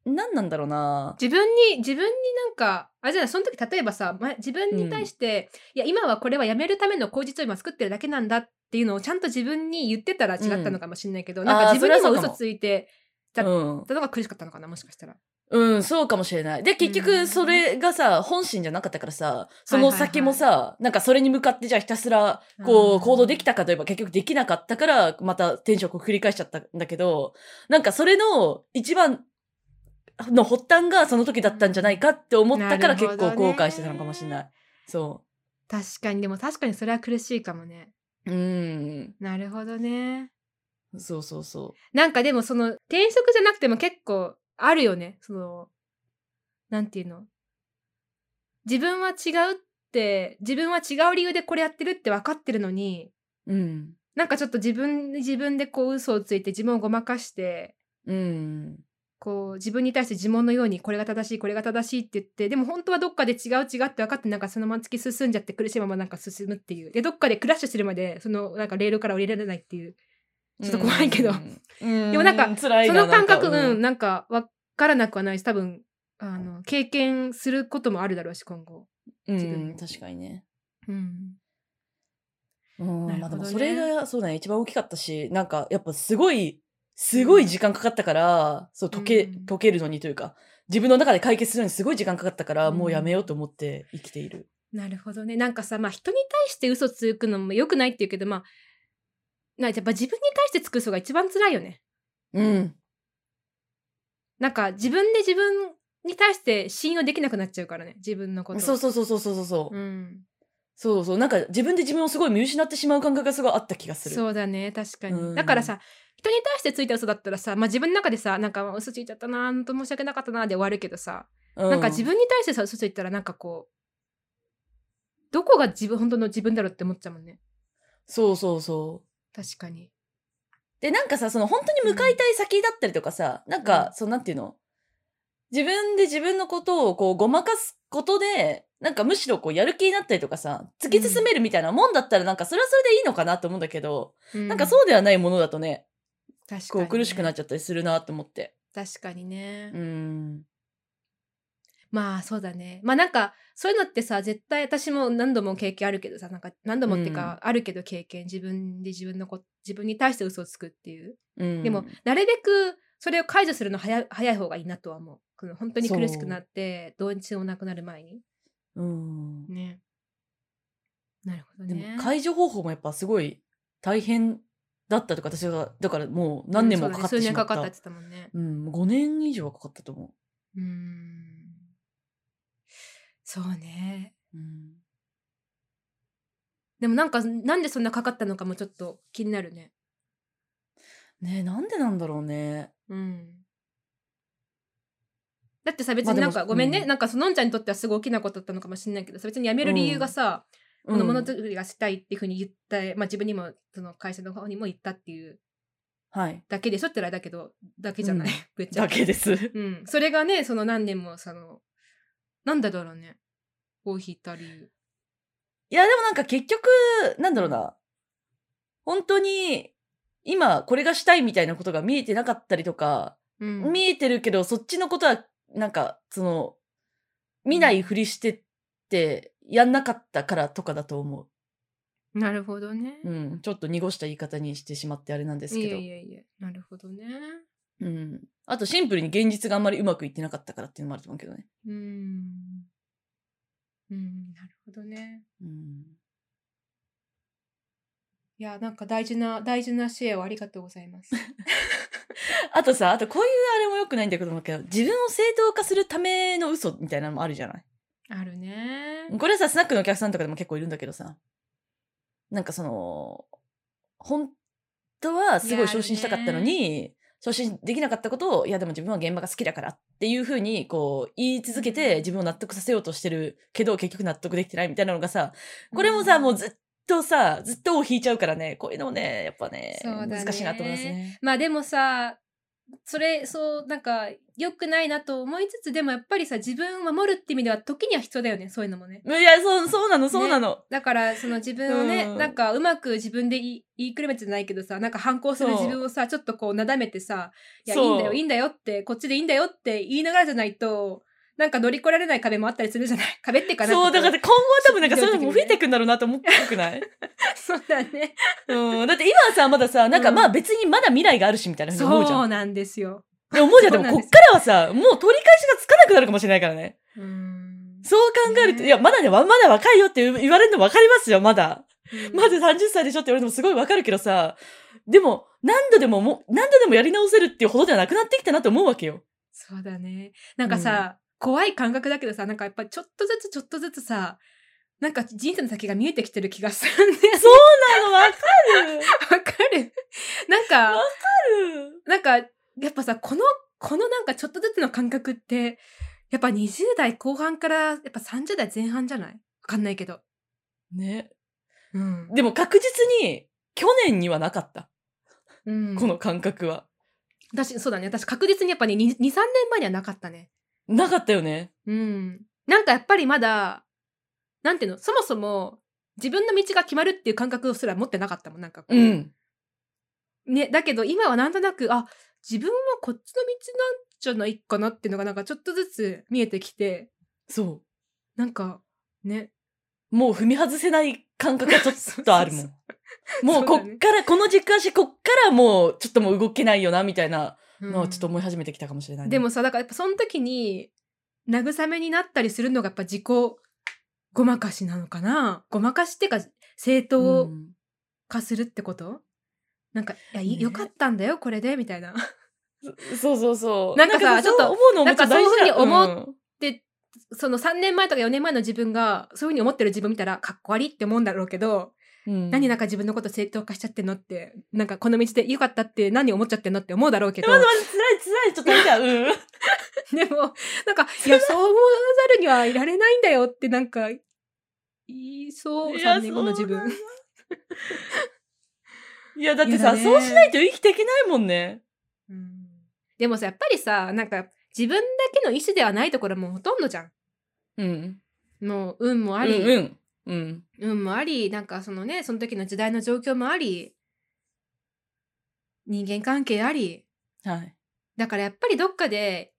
A: なんなんだろうな。
B: 自分に自分になんかあれじゃないその時例えばさ、ま、自分に対して、いや今はこれはやめるための口実を今作ってるだけなんだっていうのをちゃんと自分に言ってたら違ったのかもしれないけど、
A: ん
B: なん
A: あ
B: か
A: ー
B: 自分にも
A: それはそうか
B: 嘘
A: も
B: ついてだ
A: うん。
B: たのが苦しかったのかなもしかしたら。
A: うん、そうかもしれない。で、結
B: うん
A: 局、それがさ、本心じゃなかったからさ、その先もさ、なんかそれに向かって、じゃあひたすら、こ
B: あ
A: う、
B: ー
A: 行動できたかといえば結局できなかったから、また転職を繰り返しちゃったんだけど、なんかそれの一番の発端がその時だったんじゃないかって思ったから
B: なるほ
A: 結
B: どね
A: 構後悔してたのかもしれない。そ
B: 確かにでも確かにそれは苦しいかもね
A: う。うん。
B: なるほどね
A: そうそうそ
B: なんかでもその転職じゃなくても結構あるよねそのなんていうの自分は違うって自分は違う理由でこれやってるって分かってるのに
A: う。うん。
B: なんかちょっと自分自分でこう嘘をついて自分をごまかして
A: うん。
B: こう自分に対して呪文のようにこれが正しいこれが正しいって言ってでも本当はどっかで違う違うって分かってなんかそのまま突き進んじゃって苦しいままなんか進むっていうでどっかでクラッシュするまでそのなんかレールから降りられないっていうちょっと怖いけど
A: うん。
B: でもなんか
A: う辛い
B: そ
A: な
B: の感覚
A: なんか
B: うん、なんか分からなくはないし多分あの経験することもあるだろうし今後、
A: う
B: 自分
A: ん、確かにね。
B: うん、
A: うん、
B: なる
A: まあでも
B: ほど
A: それ
B: ね
A: が、そうだね、一番大きかったし、なんか、やっぱすごい、すごい時間かかったから、そう、溶け、
B: うん
A: 溶けるのにというか、自分の中で解決するのにすごい時間かかったから、
B: うん
A: もうやめようと思って生きている。
B: なるほどねなんかさまあ人に対して嘘つくのも良くないって言うけどまあなやっぱ自分に対してつく嘘が一番辛いよね
A: うん。
B: なんか自分で自分に対して信用できなくなっちゃうからね自分のことを
A: そうそうそうそうそうそう。
B: うん、
A: そうそう。なんか自分で自分をすごい見失ってしまう感覚がすごいあった気がする。
B: そうだね確かに、
A: うん
B: だからさ人に対してついた嘘だったらさ、まあ、自分の中でさなんかまあ嘘ついちゃったなーほんと申し訳なかったなーで終わるけどさ、
A: う
B: なんか自分に対してさ嘘ついたらなんかこうどこが自分本当の自分だろうって思っちゃうもんね
A: そうそうそう。
B: 確かに
A: で、なんかさ、その本当に向かいたい先だったりとかさ、なん
B: う
A: か
B: ん、
A: そのなんていうの自分で自分のことをこうごまかすことで、なんかむしろこうやる気になったりとかさ、突き進めるみたいなもんだったらなんかそれはそれでいいのかなと思うんだけど、なんかそうではないものだとね、
B: うん確か
A: こ
B: に、
A: う苦しくなっちゃったりするなと思って。
B: 確かにね、
A: うん。
B: まあそうだねまあなんかそういうのってさ絶対私も何度も経験あるけどさなんか何度もっていうか、あるけど経験自分で自分のこ自分に対して嘘をつくっていう
A: うん。
B: でも、なるべくそれを解除するの早い早い方がいいなとは思うこの本当に苦しくなってどうしようもなくなる前に
A: うん。
B: ねなるほど
A: で
B: ね
A: も解除方法もやっぱすごい大変だったとか、私が、だからもう何年もかかって
B: うんそうだね数
A: し
B: 年
A: ま
B: か
A: っ。
B: かったたっ
A: う
B: て言ってたもんね。
A: ん、5年以上はかかったと思
B: うーん。そうね。
A: う。うん、
B: でもなんか、なんでそんなかかったのかもちょっと気になるね。
A: ねえなんでなんだろうね。
B: うん。だってさ、別
A: まあ
B: に
A: で
B: な
A: も
B: んか、ごめんね、
A: うん
B: なんかそのんちゃんにとってはすごい大きなことだったのかもしれないけどさ、別に辞める理由がさ、
A: う
B: こ
A: ん
B: のものづくりがしたいっていうふうに言った、まあ自分にも、その会社の方にも言ったっていう
A: はい。
B: だけでしょってあれだけど、だけじゃない。
A: うん
B: ぶっち
A: だ
B: ゃ
A: け です。
B: うん。それがね、その何年も、その、なんだろうね。を引いた理由。
A: いや、でもなんか結局、なんだろうな。本当に、今、これがしたいみたいなことが見えてなかったりとか、
B: うん
A: 見えてるけど、そっちのことは、なんか、その、見ないふりしてって、やんなかったからとかだと思
B: なるほどね。
A: う。うん。ちょっと濁した言い方にしてしまってあれなんです
B: い
A: け
B: や
A: ど。
B: いやいや、なるほどね。
A: うん。あと、シンプルに現実があんまりうまくいってなかったからっていうのもあると思うけどね。
B: うん。うん、なるほどね。
A: うん。
B: いや、なんか大事な、大事なシェアをありがとうございます。
A: あとさ、あとこういうあれも良くないんだけど、なんか自分を正当化するための嘘みたいなのもあるじゃない
B: あるね。
A: これさ、スナックのお客さんとかでも結構いるんだけどさ、なんかその、本当はすごい昇進したかったのに、昇進できなかったことを、いやでも自分は現場が好きだからっていうふうに、こう、言い続けて自分を納得させようとしてるけど、結局納得できてないみたいなのがさ、これもさ、
B: ん
A: もうずっとさ、ずっと尾を引いちゃうからね、こういうのもね、やっぱね、
B: そうだね
A: 難しいなと思いますね。
B: まあでもさ、それ、そう、なんか、良くないなと思いつつ、でもやっぱりさ、自分を守るって意味では、時には必要だよね、そういうのもね。
A: いや、そう、そうなの、そうなの。
B: だからその自分をね、
A: うん
B: なんかうまく自分で言い言いくるめてじゃないけどさなんか反抗する
A: そう
B: 自分をさちょっとこうなだめてさ「いやい
A: そう
B: いんだよいいんだよ」ってこっちでいいんだよって言いながらじゃないとなんか乗り越えられない壁もあったりするじゃない壁っていうかなんかこ
A: そう、だから今後は多分なんかそういうのも増えてくんだろうなと思ってよくない
B: そうだね
A: うん、だって今はさ、まださ、なんか
B: うん
A: まあ別にまだ未来があるしみたいなふうに思うじゃ。
B: そうんなんですよ
A: で思うじゃん。で
B: そうなん
A: も
B: です
A: こっからはさ、もう取り返しがつかなくなるかもしれないからね。
B: うん
A: そう考えると、
B: ね
A: いや、まだね、わまだ若いよって言われるの分かりますよ、まだ。まだ30歳でしょって言われるのもすごい分かるけどさ、でも、何度でももう、何度でもやり直せるっていうほどではなくなってきたなと思うわけ よ。
B: そうだねなんかさ、怖い感覚だけどさなんかやっぱちょっとずつちょっとずつさなんか人生の先が見えてきてる気がするね
A: あの、分かる。
B: わかるなんか
A: ある。
B: なんか、やっぱさ、この、このなんかちょっとずつの感覚って、やっぱ20代後半から、やっぱ30代前半じゃないわかんないけど。
A: ね。
B: うん。
A: でも確実に、去年にはなかった。
B: うん、
A: この感覚は。
B: 私、そうだね。私確実にやっぱね、2、3年前にはなかったね。
A: なかったよね。
B: うん。なんかやっぱりまだ、なんていうの、そもそも、自分の道が決まるっていう感覚すら持ってなかったもん、なんかこう。
A: うん。
B: ね、だけど今はなんとなく、あ、自分はこっちの道なんじゃないかなっていうのがなんかちょっとずつ見えてきて、
A: そう。
B: なんか、ね、
A: もう踏み外せない感覚がちょっとあるも
B: そ
A: ん。もうこっから、この軸足、こっからもうちょっともう動けないよな、みたいなのをちょっと思い始めてきたかもしれない、
B: で、もさだからやっぱその時に慰めになったりするのがやっぱ自己ごまかしなのかなごまかしってか正
A: う
B: 当
A: ん
B: 化するってこと、なんかいや、い
A: ね
B: よかったんだよこれでみたいな
A: そうそうそう。
B: なんかさ
A: でもそう
B: ちょっと
A: 思うのもちょっと大事だ
B: なんかそういうふうに思
A: ん
B: でその3年前とか4年前の自分がそういうふうに思ってる自分見たらかっこ悪いって思うんだろうけど、
A: うん
B: 何なんか自分のこと正当化しちゃってんのってなんかこの道でよかったって何思っちゃってんのって思うだろ うけど
A: まずまず辛い辛い、ちょっと見た。うん。
B: でも、なんか、いや、そう思わざるにはいられないんだよって、なんか、言いそう、
A: いや
B: 3年後の自
A: そう
B: 分
A: な。 いや、だって
B: 嫌だ
A: さ、
B: ね
A: そうしないと生きていけないもんね。
B: うんでもさ、やっぱりさ、なんか、自分だけの意思ではないところもほとんどじゃん。
A: うん。
B: もう、運もあ
A: う
B: り、
A: んうん。うん。
B: 運もあり、なんかそのね、その時の時代の状況もあり、人間関係あり、
A: はい。
B: だからやっぱりどっかで、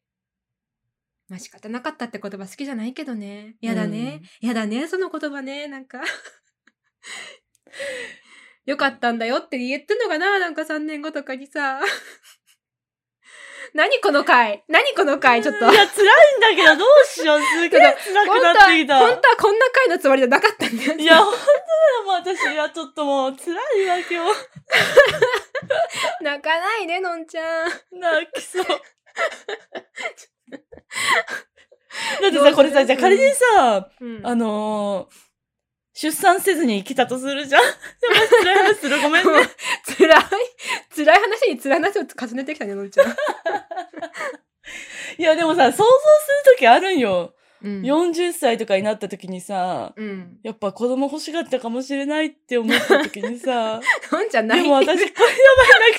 B: まあ仕方なかったって言葉好きじゃないけどね。やだね。やだね、その言葉ね。なんか。よかったんだよって言えてんのかななんか3年後とかにさ。 何この回何この回ちょっと。
A: いや、辛いんだけど、どうしよう。すげえ辛
B: 本
A: く
B: 当は
A: なってきた。
B: 本当はこんな回のつもりじゃなかったんだよ。
A: いや、本当だよ、もう私。いや、ちょっともう、辛いわ、今日。
B: 泣かないで、のんちゃん。
A: 泣き そう。だってさ、これさ、じゃあ仮にさ、
B: うん
A: あのー、出産せずに生きたとするじゃん。 やっぱ辛い話する。ごめんね。
B: 辛い、辛い話に辛い話を重ねてきたね、のんちゃん。
A: いや、でもさ、想像するときあるんよ。
B: うん
A: 40歳とかになったときにさ、
B: うん。
A: やっぱ子供欲しかったかもしれないって思ったときに さ、
B: のんちゃん
A: で
B: 泣い
A: も
B: て
A: 私、こ
B: る
A: れやばい、 泣き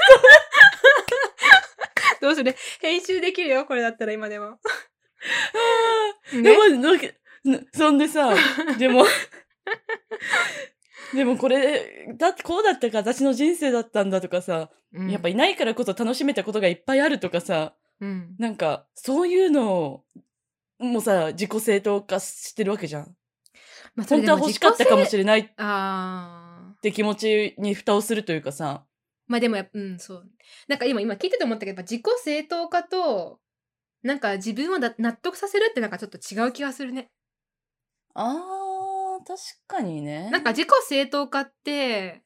B: どうする編集できるよ、これだったら今でも。
A: で
B: ね
A: も、なんかなそんで さ、でも、でもこれ、だってこうだったか、私の人生だったんだとかさ、やっぱ、いないからこそ楽しめたことがいっぱいあるとかさ、
B: うん。
A: なんか、そういうのを、もうさ、自己正当化してるわけじゃん。
B: まあそれ
A: 本
B: で
A: 当は
B: も
A: 欲しかったかもしれないっ
B: ああ。
A: て気持ちに蓋をするというかさ、
B: まあでもやっぱ、うん、そう。なんか今、今聞いてて思ったけど、やっぱ自己正当化と、なんか自分をな納得させるってなんかちょっと違う気がするね。
A: あー、確かにね。
B: なんか自己正当化って、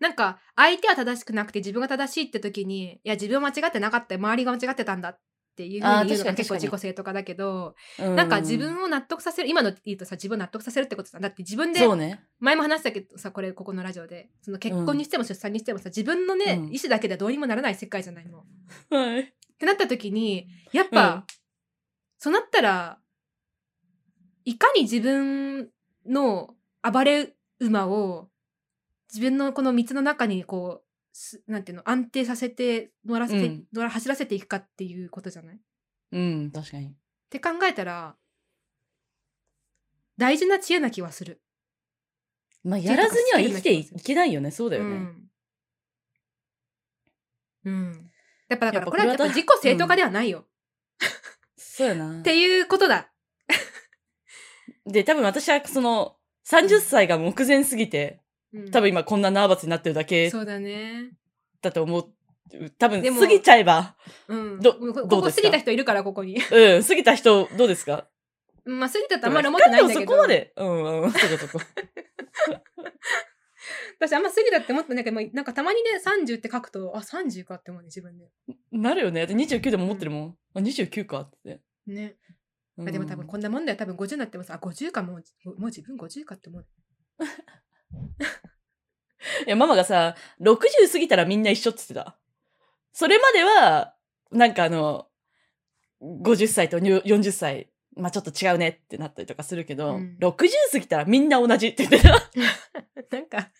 B: なんか相手は正しくなくて自分が正しいって時に、いや自分は間違ってなかったよ、周りが間違ってたんだっていうふう
A: あー
B: に言う
A: 確か
B: のが
A: に
B: 結
A: 確か
B: 構自
A: に
B: 己正当化だけど、
A: う、
B: なんか自分を納得させる、今の言うとさ、自分を納得させるってことだ。だって自分で、
A: そうね。
B: 前も話したけどさ、これ、ここのラジオで、その結婚にしても出産にしてもさ、自分のね、
A: うん
B: 意思だけではどうにもならない世界じゃないもん。っ
A: はい。
B: てなった時に、やっぱ、
A: うん
B: そうなったら、いかに自分の暴れ馬を自分のこの道の中にこう、すなんていうの、安定させて乗らせて、
A: うん
B: 乗ら走らせていくかっていうことじゃないっ
A: うん、確かに。
B: て考えたら、大事な知恵な気はする。
A: まあ、やらずには生きていけないよね。そうだよね。
B: うん。うん。やっぱだから、
A: やっぱ
B: これはやっぱ
A: これは
B: 自己正当化ではないよ。
A: そうやな
B: っ。ていうことだ。
A: で、多分私はその、30歳が目前すぎて、
B: うん
A: 多分今こんなナーバスになってるだけ
B: そうだね。
A: だと思う。多分
B: でも
A: 過ぎちゃえば、
B: うん。
A: どど
B: ここ
A: うで
B: こ
A: す
B: 過
A: か
B: ぎた人いるから、ここに。
A: うん、過ぎた人どうですか
B: まあ、過ぎたってあんまり思ってないんだけ
A: で
B: ど。
A: もそこまで。うん、うん、そこそこ。
B: 私あんま過ぎたって思ってないけど、まあなんかたまにね、30って書くと、あ、30かって思うね、自分で。
A: なるよね。だって29でも思ってるもん。あ、29かって。
B: ね。
A: うん
B: あでも多分こんなもんだよ。多分50になってもさ、あ、50かもう、もうもう自分50かって思う。
A: いや、ママがさ、60過ぎたらみんな一緒っつってた。それまでは、なんかあの、50歳とにゅ40歳、まあちょっと違うねってなったりとかするけど、
B: うん
A: 60過ぎたらみんな同じって言ってた。
B: なんか、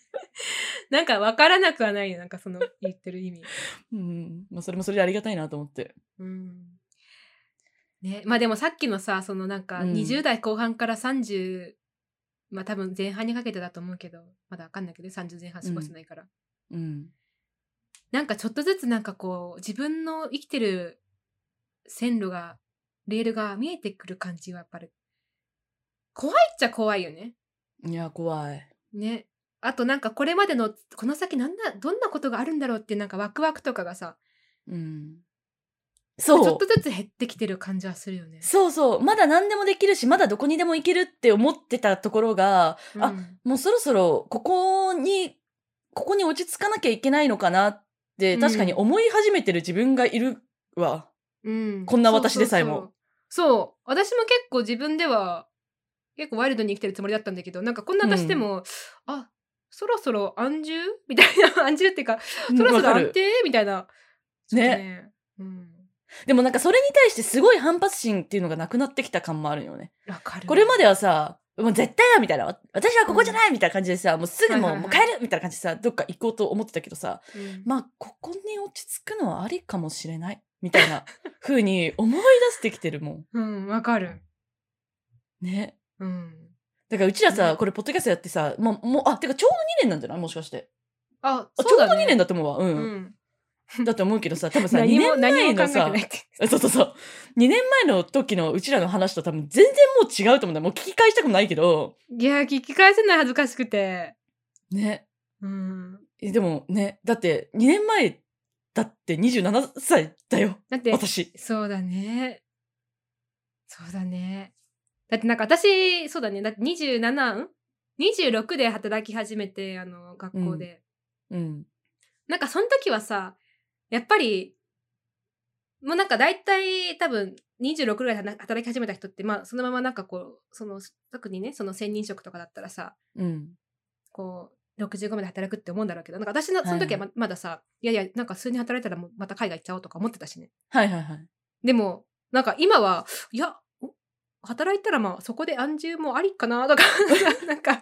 B: なんかわからなくはないよ。なんかその言ってる意味。
A: うん。まあそれもそれでありがたいなと思って。
B: うん。ね。まあでもさっきのさ、そのなんか
A: うん
B: 20代後半から30、まあ多分前半にかけてだと思うけど、まだわかんないけど、30前半過ごしてないから。
A: うん。
B: なんかちょっとずつなんかこう自分の生きてる線路がレールが見えてくる感じはやっぱり怖いっちゃ怖いよね。
A: いや、怖い。
B: ね。あとなんかこれまでのこの先なんだどんなことがあるんだろうっていうなんかワクワクとかがさ
A: うん。
B: ち
A: そ
B: ょっ
A: う
B: と。ずつ減ってきてる感じはするよね。
A: そうそう。まだ何でもできるし、まだどこにでも行けるって思ってたところが、あ
B: うん
A: もうそろそろここに、ここに落ち着かなきゃいけないのかなって、
B: うん
A: 確かに思い始めてる自分がいる わ。
B: うん
A: こんな私でさえも
B: そうそうそうそう私も結構自分では結構ワイルドに生きてるつもりだったんだけどなんかこんな私でも、あそろそろ安住みたいな 安住っていうかそろそ
A: わ
B: ろ
A: か
B: 安
A: る。
B: 定みたいな。ちょっと
A: ね
B: うん。
A: でもなんかそれに対してすごい反発心っていうのがなくなってきた感もあるよね。
B: わかる。
A: これま
B: で。
A: ではさ、もう絶対だみたいな、わ私はここじゃないみたいな感じでさ、もうすぐも
B: は
A: う
B: いはい
A: も
B: は
A: う
B: い
A: 帰るみたいな感じでさ、どっか行こうと思ってたけどさ、
B: うん
A: まあここに落ち着くのはありかもしれないみたい な風に思い出してきてるも
B: うん、わかる。
A: ん。ね。
B: うん。
A: だからうちらさ、
B: ね
A: これポッドキャストやってさ、もう、もう、あ、てかちょうど2年なんじゃないもしかして。
B: あ、
A: あ、
B: そうだ、ね、
A: ちょうど2年だと思うわ。うん。
B: うん。
A: だと思うけど さ、多分さ、2
B: 何も、
A: 年
B: 何
A: 前
B: も考え
A: の
B: て
A: さ
B: ない、って。
A: そうそうそう。2年前の時のうちらの話と多分全然もう違うと思うんだよ。もう聞き返したくもないけど。
B: いや、聞き返せない恥ずかしくて。
A: ね。
B: うん。
A: えでもね、だって2年前だって27歳だよ。
B: だって、
A: 私。
B: そうだね。そうだね。だってなんか私、そうだね。だって27、ん ?26 で働き始めて、あの、学校で。
A: うん。
B: なんかその時はさ、やっぱり、もうなんか大体多分26ぐらいで働き始めた人って、まあそのままなんかこう、その、特にね、その専任職とかだったらさ、
A: うん。
B: こう、65まで働くって思うんだろうけど、なんか私の
A: はい
B: そ
A: はい
B: の時はま,、まださ、いやいや、なんか数年働いたらもうまた海外行っちゃおうとか思ってたしね。
A: はいはいはい。
B: でも、なんか今は、いや、お働いたらまあそこで安住もありかなとか、 なんか、い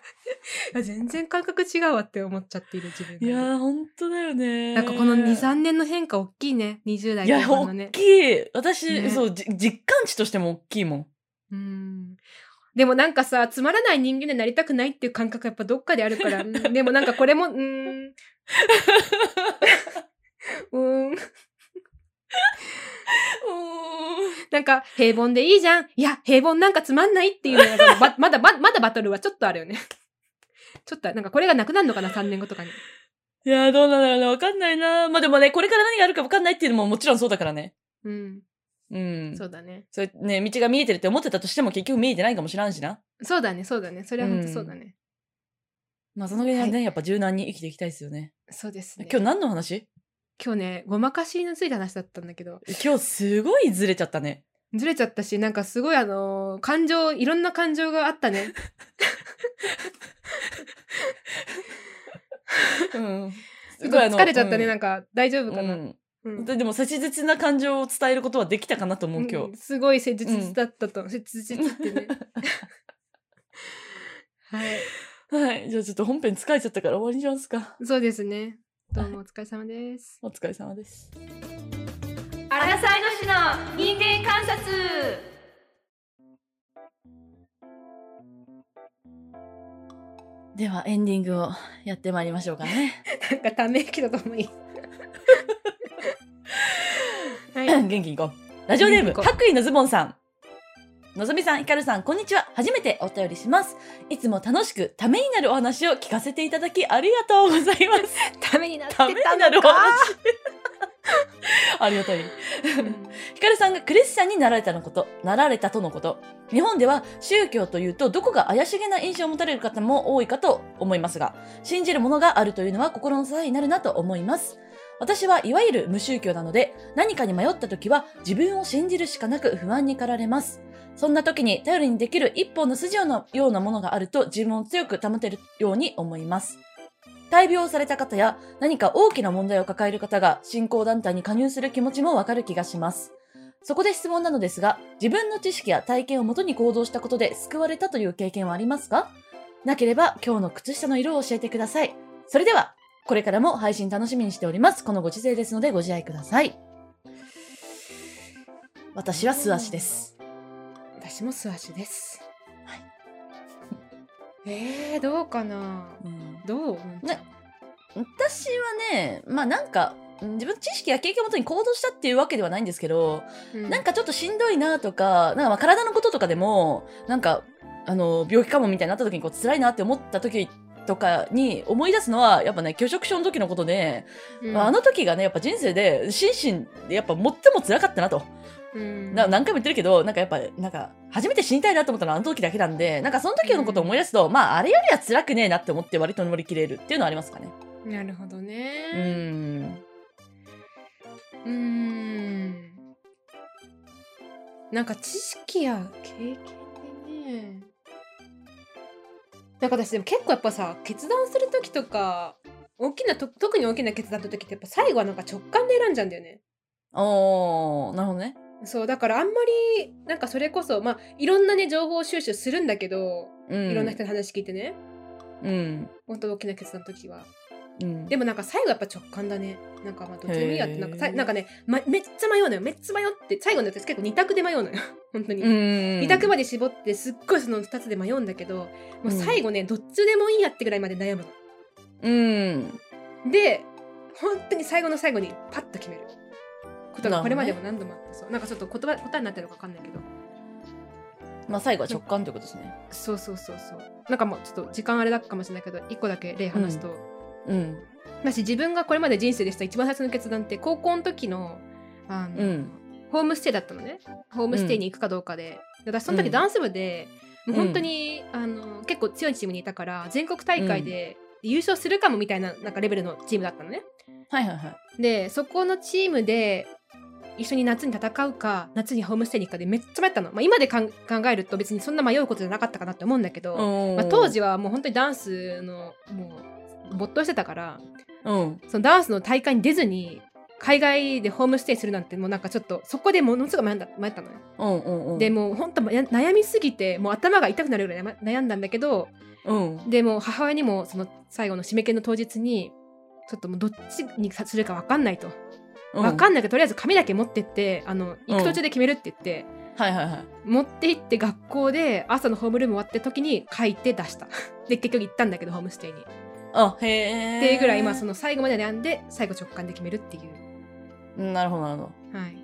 B: や全然感覚違うわって思っちゃっている自分が
A: い
B: る
A: やー、ほんとだよね。
B: なんかこの2、3年の変化大きいね。20代
A: いや、
B: 後半の
A: 大
B: ね。
A: きい。私、
B: ね
A: そう、じ実感値としても大きいもん。
B: うん。でもなんかさ、つまらない人間になりたくないっていう感覚がやっぱどっかであるか ら。うんでもなんかこれも、うーん。うーん。なんか平凡でいいじゃん。いや、平凡なんかつまんないってい う のがままだま、まだバトルはちょっとあるよね。ちょっと、なんかこれがなくなるのかな、3年後とかに。
A: いやー、どうなんだろうな。わかんないな。まあでもね、これから何があるかわかんないっていうのももちろんそうだからね。
B: うん。
A: うん。
B: そうだね。
A: それね、道が見えてるって思ってたとしても結局見えてないかもしらんしな。
B: そうだね、そうだね。それは本当そうだね。
A: まあその辺はね、
B: は
A: やっぱ柔軟に生きていきたいですよね。
B: そうですね。
A: 今日何の話
B: 今日ね、ごまかしについて話だったんだけど、
A: 今日すごいずれちゃったね。
B: ずれちゃったし、なんかすごいあのー感情、いろんな感情があった ね。
A: うん。
B: ちょっと疲れちゃったね、
A: な
B: なんか大丈夫かな。
A: ん
B: うん
A: ででも切実な感情を伝えることはできたかなと思う今
B: うん
A: 日。
B: すごい誠実だったと、切実って ね。はい。
A: はい。じゃあちょっと本編疲れちゃったから終わりにしますか。
B: そうですね。どうもお疲れ様です。
A: お疲れ様です。
B: アラサイの市の人間観察
A: ではエンディングをやってまいりましょうかね。
B: なんかため息ととも に。はい。
A: 元気にいこう。ラジオネーム、
B: 元気にいこう
A: 白衣のズボンさん。のぞみさん、ひかるさん、こんにちは。初めてお便りします。いつも楽しくためになるお話を聞かせていただきありがとうございます。
B: ためになって
A: ためにな
B: た
A: る
B: の
A: お
B: か。
A: 話。 ありがたい。
B: うん
A: ヒカルさんがクリスチャンになられたのこと、なられたとのこと。日本では宗教というとどこか怪しげな印象を持たれる方も多いかと思いますが、信じるものがあるというのは心の支えになるなと思います。私はいわゆる無宗教なので、何かに迷った時は自分を信じるしかなく不安に駆られます。そんな時に頼りにできる一本の筋のようなものがあると自分を強く保てるように思います。大病をされた方や何か大きな問題を抱える方が信仰団体に加入する気持ちもわかる気がします。そこで質問なのですが、自分の知識や体験をもとに行動したことで救われたという経験はありますかなければ今日の靴下の色を教えてください。それでは、これからも配信楽しみにしております。このご時世ですのでご自愛ください。私は素足です。
B: 私も素足です。えー、どうかなどう
A: ね私はね、まあなんか、うん自分の知識や経験をもとに行動したっていうわけではないんですけど、なんか
B: か、
A: ちょっとしんどいなとか、なんかまあ体のこととかでも、なんか、あの、病気かもみたいになった時にこう辛いなって思った時とかに思い出すのは、やっぱね、拒食症の時のことで、
B: うん
A: まああの時がね、やっぱ人生で、心身、やっぱ最も辛かったなと。
B: うん
A: な何回も言ってるけど、なんかやっぱ、なんか、初めて死にたいなと思ったのはあの時だけなんで、なんかその時のことを思い出すと、まああれよりは辛くねえなって思って割と乗り切れるっていうのはありますかね。
B: なるほど
A: う
B: ね。
A: ーん。
B: うーん。なんか知識や経験でね。なんか私でも結構やっぱさ決断する時とか大きなと特に大きな決断の時ってやっぱ最後はなんか直感で選んじゃうんだよね。
A: おー、なるほどね。
B: そうだからあんまりなんかそれこそまあいろんなね情報収集するんだけど、
A: うん。
B: いろんな人の話聞いてね
A: うん。
B: 本当大きな決断の時は
A: うん。
B: でもなんか最後やっぱ直感だねなんかまあどっちでもいいやって
A: へー
B: なんかさいなんかね、ま、めっちゃ迷うのよめっちゃ迷って最後のやつ結構二択で迷うのよ 本当に、
A: うん。
B: 二択まで絞ってすっごいその二つで迷うんだけどもう
A: うん
B: 最後ね、どっちでもいいやってぐらいまで悩む
A: うん。
B: ので本当に最後の最後にパッと決めることがこれまでも何度もあってそうなんかちょっと言葉答えになってるのか分かんないけど
A: まあ最後は直感ということですね。
B: そうそうそうそうなんかもうちょっと時間あれだかもしれないけど一個だけ例話すと、
A: うん。
B: だし自分がこれまで人生でした一番最初の決断って高校の時のあの、
A: うん
B: ホームステイだったのねホームステイに行くかどうかで、で私その
A: う
B: 時
A: ん
B: ダンス部で、
A: ん
B: もう本当にあの結構強いチームにいたから全国大会で優勝するかもみたいななんかレベルのチームだったのね。
A: はいはいはい。
B: でそこのチームで一緒に夏に戦うか夏にホームステイに行くかでめっちゃ迷ったの、まあ、今でかん考えると別にそんな迷うことじゃなかったかなって思うんだけど、まあ、当時はもう本当にダンスのもう没頭してたから
A: うん、
B: そのダンスの大会に出ずに海外でホームステイするなんてもうなんかちょっとそこでものすごい迷んだ迷ったのよ。
A: うんうんうん
B: でもう本当悩悩みすぎてもう頭が痛くなるぐらい悩悩んだんだけど
A: うん
B: でもう母親にもその最後の締め切りの当日にちょっともうどっちにするか分かんないと
A: うん
B: 分かんないけどとりあえず紙だけ持ってってあの行く途中で決めるって言って、
A: はいはいはい
B: 持って行って学校で朝のホームルーム終わった時に書いて出した で結局行ったんだけどホームステイに。
A: あへえ
B: っていうぐらい今そ
A: の
B: の最後まで悩んで最後直感で決めるっていう。
A: なるほどなるほど
B: はい、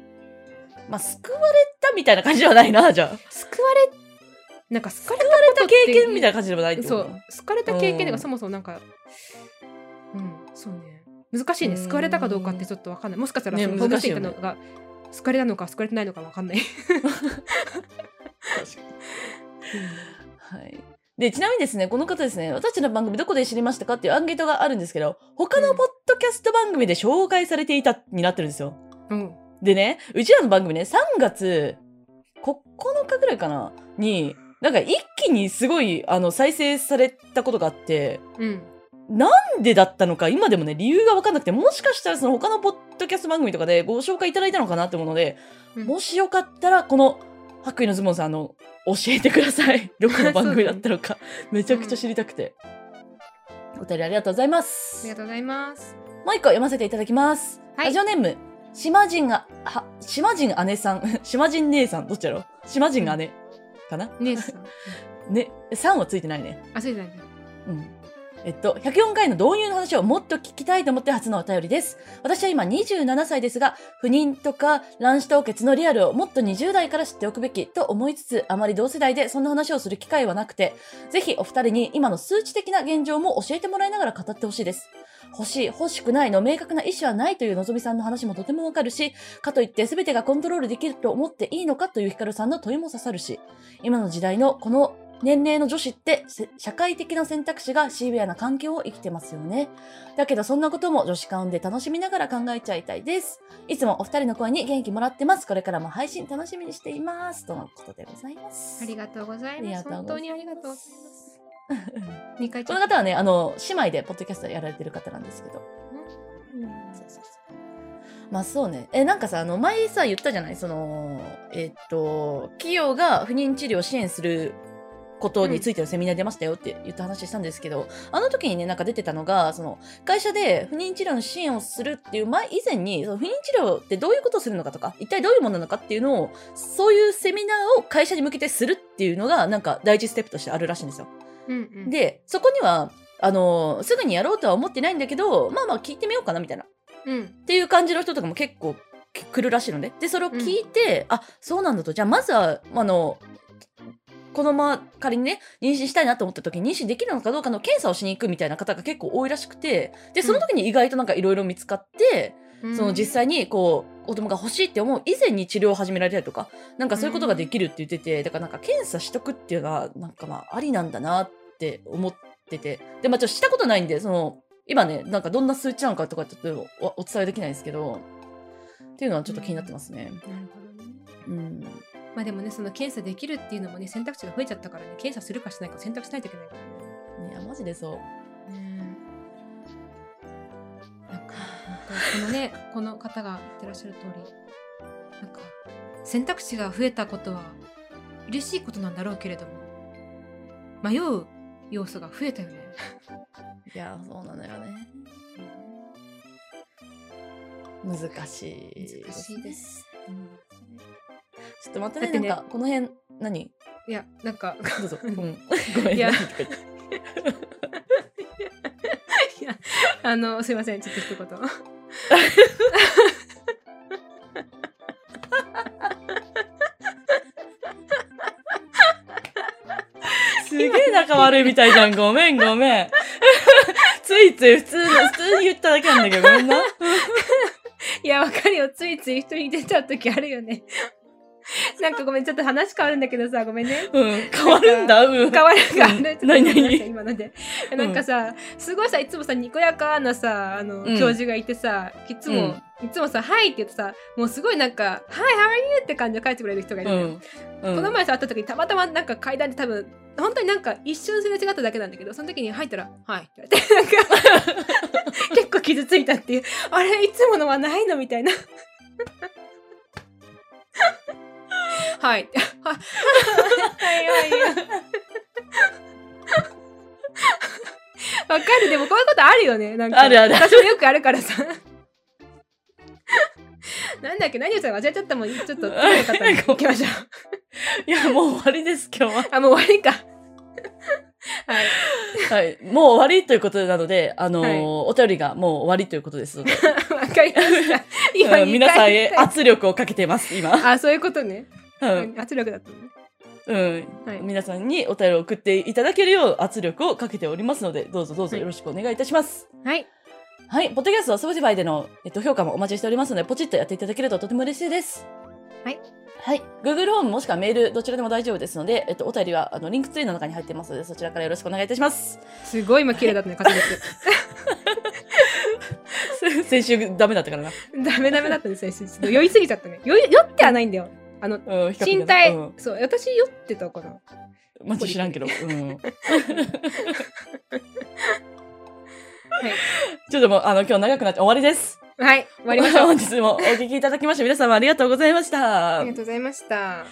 A: まあ救われたみたいな感じではないなじゃあ
B: 救われなんか救われた
A: 救われた経験みたいな感じでもないってこ
B: そ
A: と
B: う好かれた経験と
A: う
B: か
A: ん
B: そもそもなんかうんそうね難しいね
A: うん
B: 好かれたかどうかってちょっとわかんないもしかしたら
A: ね
B: そのホームステイ行っ
A: 難
B: た
A: しいよ
B: の
A: ね
B: が、好かれたのか好かれてないのかわかんない
A: 確かにはい。で、ちなみにですね、この方ですね、私たちの番組どこで知りましたかっていうアンケートがあるんですけど、他のポッドキャスト番組で紹介されていたになってるんですよ。
B: うん
A: でね、うちらの番組ね、3月9日ぐらいかなに、なんか一気にすごい、あの、再生されたことがあって、
B: うん
A: なんでだったのか、今でもね、理由がわかんなくて、もしかしたらその他のポッドキャスト番組とかでご紹介いただいたのかなって思うので、
B: うん
A: もしよかったら、この、白衣のズボンさん、あの、教えてくださ い。どこの番組だったのか。めちゃくちゃ知りたくて。お便りありがとうございま
B: あり
A: す
B: が。とうございます
A: もう一個読ませていただきます。
B: はい
A: ラジオネーム、島人が、は、島人姉さん、 島人姉さん、どっちやろ島人姉かな
B: ねえさんうん
A: ね、さんはついてないね。
B: あそうじゃないね
A: うんえっと、104回の導入の話をもっと聞きたいと思って初のお便りです。私は今27歳ですが、不妊とか卵子凍結のリアルをもっと20代から知っておくべきと思いつつ、あまり同世代でそんな話をする機会はなくて、ぜひお二人に今の数値的な現状も教えてもらいながら語ってほしいです。欲しい、欲しくないの明確な意思はないというのぞみさんの話もとてもわかるし、かといって全てがコントロールできると思っていいのかというヒカルさんの問いも刺さるし、今の時代のこの年齢の女子ってせ社会的な選択肢がシビアな環境を生きてますよね。だけどそんなことも女子間で楽しみながら考えちゃいたいです。いつもお二人の声に元気もらってます。これからも配信楽しみにしています。とのことでございます。
B: ありがとうござい
A: あり
B: ま
A: が
B: す
A: とうございます
B: 本当にありがとうございます 二回ち
A: こ
B: ょ
A: の
B: っ
A: 方はね、あの、姉妹でポッドキャストやられてる方なんですけど。そうそうそうまあそうね。え、なんかさ、あの、前さ、言ったじゃないその、えっと、企業が不妊治療を支援することについてのセミナーに出ましたよって言った話したんですけど、あの時にね、なんか出てたのが、その、会社で不妊治療の支援をするっていう前、以前に、その不妊治療ってどういうことをするのかとか、一体どういうものなのかっていうのを、そういうセミナーを会社に向けてするっていうのが、なんか第一ステップとしてあるらしいんですよ。
B: うんうん
A: でそこにはあのすぐにやろうとは思ってないんだけどまあまあ聞いてみようかなみたいなっ
B: うん
A: ていう感じの人とかも結構き来るらしいのねでそれを聞いて、あそうなんだとじゃあまずはあのこのまま仮にね妊娠したいなと思った時に妊娠できるのかどうかの検査をしに行くみたいな方が結構多いらしくてでその時に意外となんかいろいろ見つかって、
B: うん
A: その実際にこう子供が欲しいって思う以前に治療を始められたりとかなんかそういうことができるって言ってて、だからなんか検査しとくっていうのはなんかまあありなんだなって思っててでまあちょっとしたことないんでその今ねなんかどんな数値なのかとかちょっとおお伝えできないんですけどっていうのはちょっと気になってますね。
B: なるほどね
A: うん、
B: まあでもねその検査できるっていうのもね選択肢が増えちゃったからね検査するかしないか選択しないといけないからね
A: いやマジでそう。
B: ねえなんか本当このね この方が言ってらっしゃる通りなんか選択肢が増えたことは嬉しいことなんだろうけれども迷う要素が増えたよね。
A: いやそうなのよね。難しい、
B: 難しいです。
A: ちょっとまた
B: だ
A: ね
B: ってね
A: なんかこの辺何
B: いやなんか
A: どうぞ。うん、ごめん。
B: いや
A: 何とか言って
B: いやあのすいませんちょっと一言。
A: すげえ仲悪いみたいじゃん。ごめん、ごめん。ついつい普通の、普通に言っただけなんだけど、ごめんな。
B: いや、わかるよ。ついつい人に出ちゃう時あるよね。 なんかごめん、ちょっと話変わるんだけどさ、ごめんね。
A: うん。変わるんだ、うん。
B: 変わる変わる
A: うん
B: ちょっと
A: 何々
B: ごめんなさい今ので。なんかさ、すごいさ、いつもさ、にこやかなさ、あの、
A: うん
B: 教授がいてさ、いつも、いつもさ、はいって言ってさ、もうすごいなんか、はい、how are you? って感じで帰ってくれる人がいる
A: う
B: のよ。
A: ん。うん
B: この前さ会った時にたまたまなんか階段で多分本当になんか一瞬すれ違っただけなんだけどその時に入ったら「はい」って言われてなんか結構傷ついたっていうあれいつものはないのみたいな。はいって。ははいはいはい。わかるでもこういうことあるよねなんか
A: あるある
B: 私もよくあるからさ。なんだっけ何をしたか忘れちゃったもんちょっと 次の方に行きましょう。
A: いや、もう終わりです、今日は。
B: あ、もう終わりか。はい。
A: はい。もう終わりということなので、あのー
B: はい
A: お便りがもう終わりということですので、
B: わかりました。今、
A: うん皆さんへ
B: 二回
A: 圧力をかけてます、今。
B: あ、そういうことね。
A: うん。
B: 圧力だったのね。
A: うん。
B: はい
A: 皆さんにお便りを送っていただけるよう圧力をかけておりますので、どうぞどうぞよろしくお願いいたします。
B: はい。
A: はい。ポッドキャストは Spotify での、えっと、評価もお待ちしておりますので、ポチッとやっていただけるととても嬉しいです。
B: はい。
A: はい。Google ホームもしくはメール、どちらでも大丈夫ですので、えっと、お便りは、あの、リンクツリーの中に入ってますので、そちらからよろしくお願いいたします。
B: すごい今綺麗だったね、滑舌。
A: 先週ダメだったからな。
B: ダメダメだったね、先生。ちょっと酔いすぎちゃったね。酔い酔ってはないんだよ。あの、
A: うん、比較的
B: 身体、
A: うん
B: そう、私酔ってたかな。
A: マジ知らんけど。 うん。ちょっともう、あの、今日長くなって終わりです。
B: はい、終わりましょう。
A: 本日もお聞きいただきまして、皆様ありがとうございまし
B: あ
A: た
B: り。がとうございました。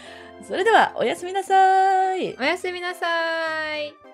A: それでは、おやすみなさい。
B: おやすみなさーい。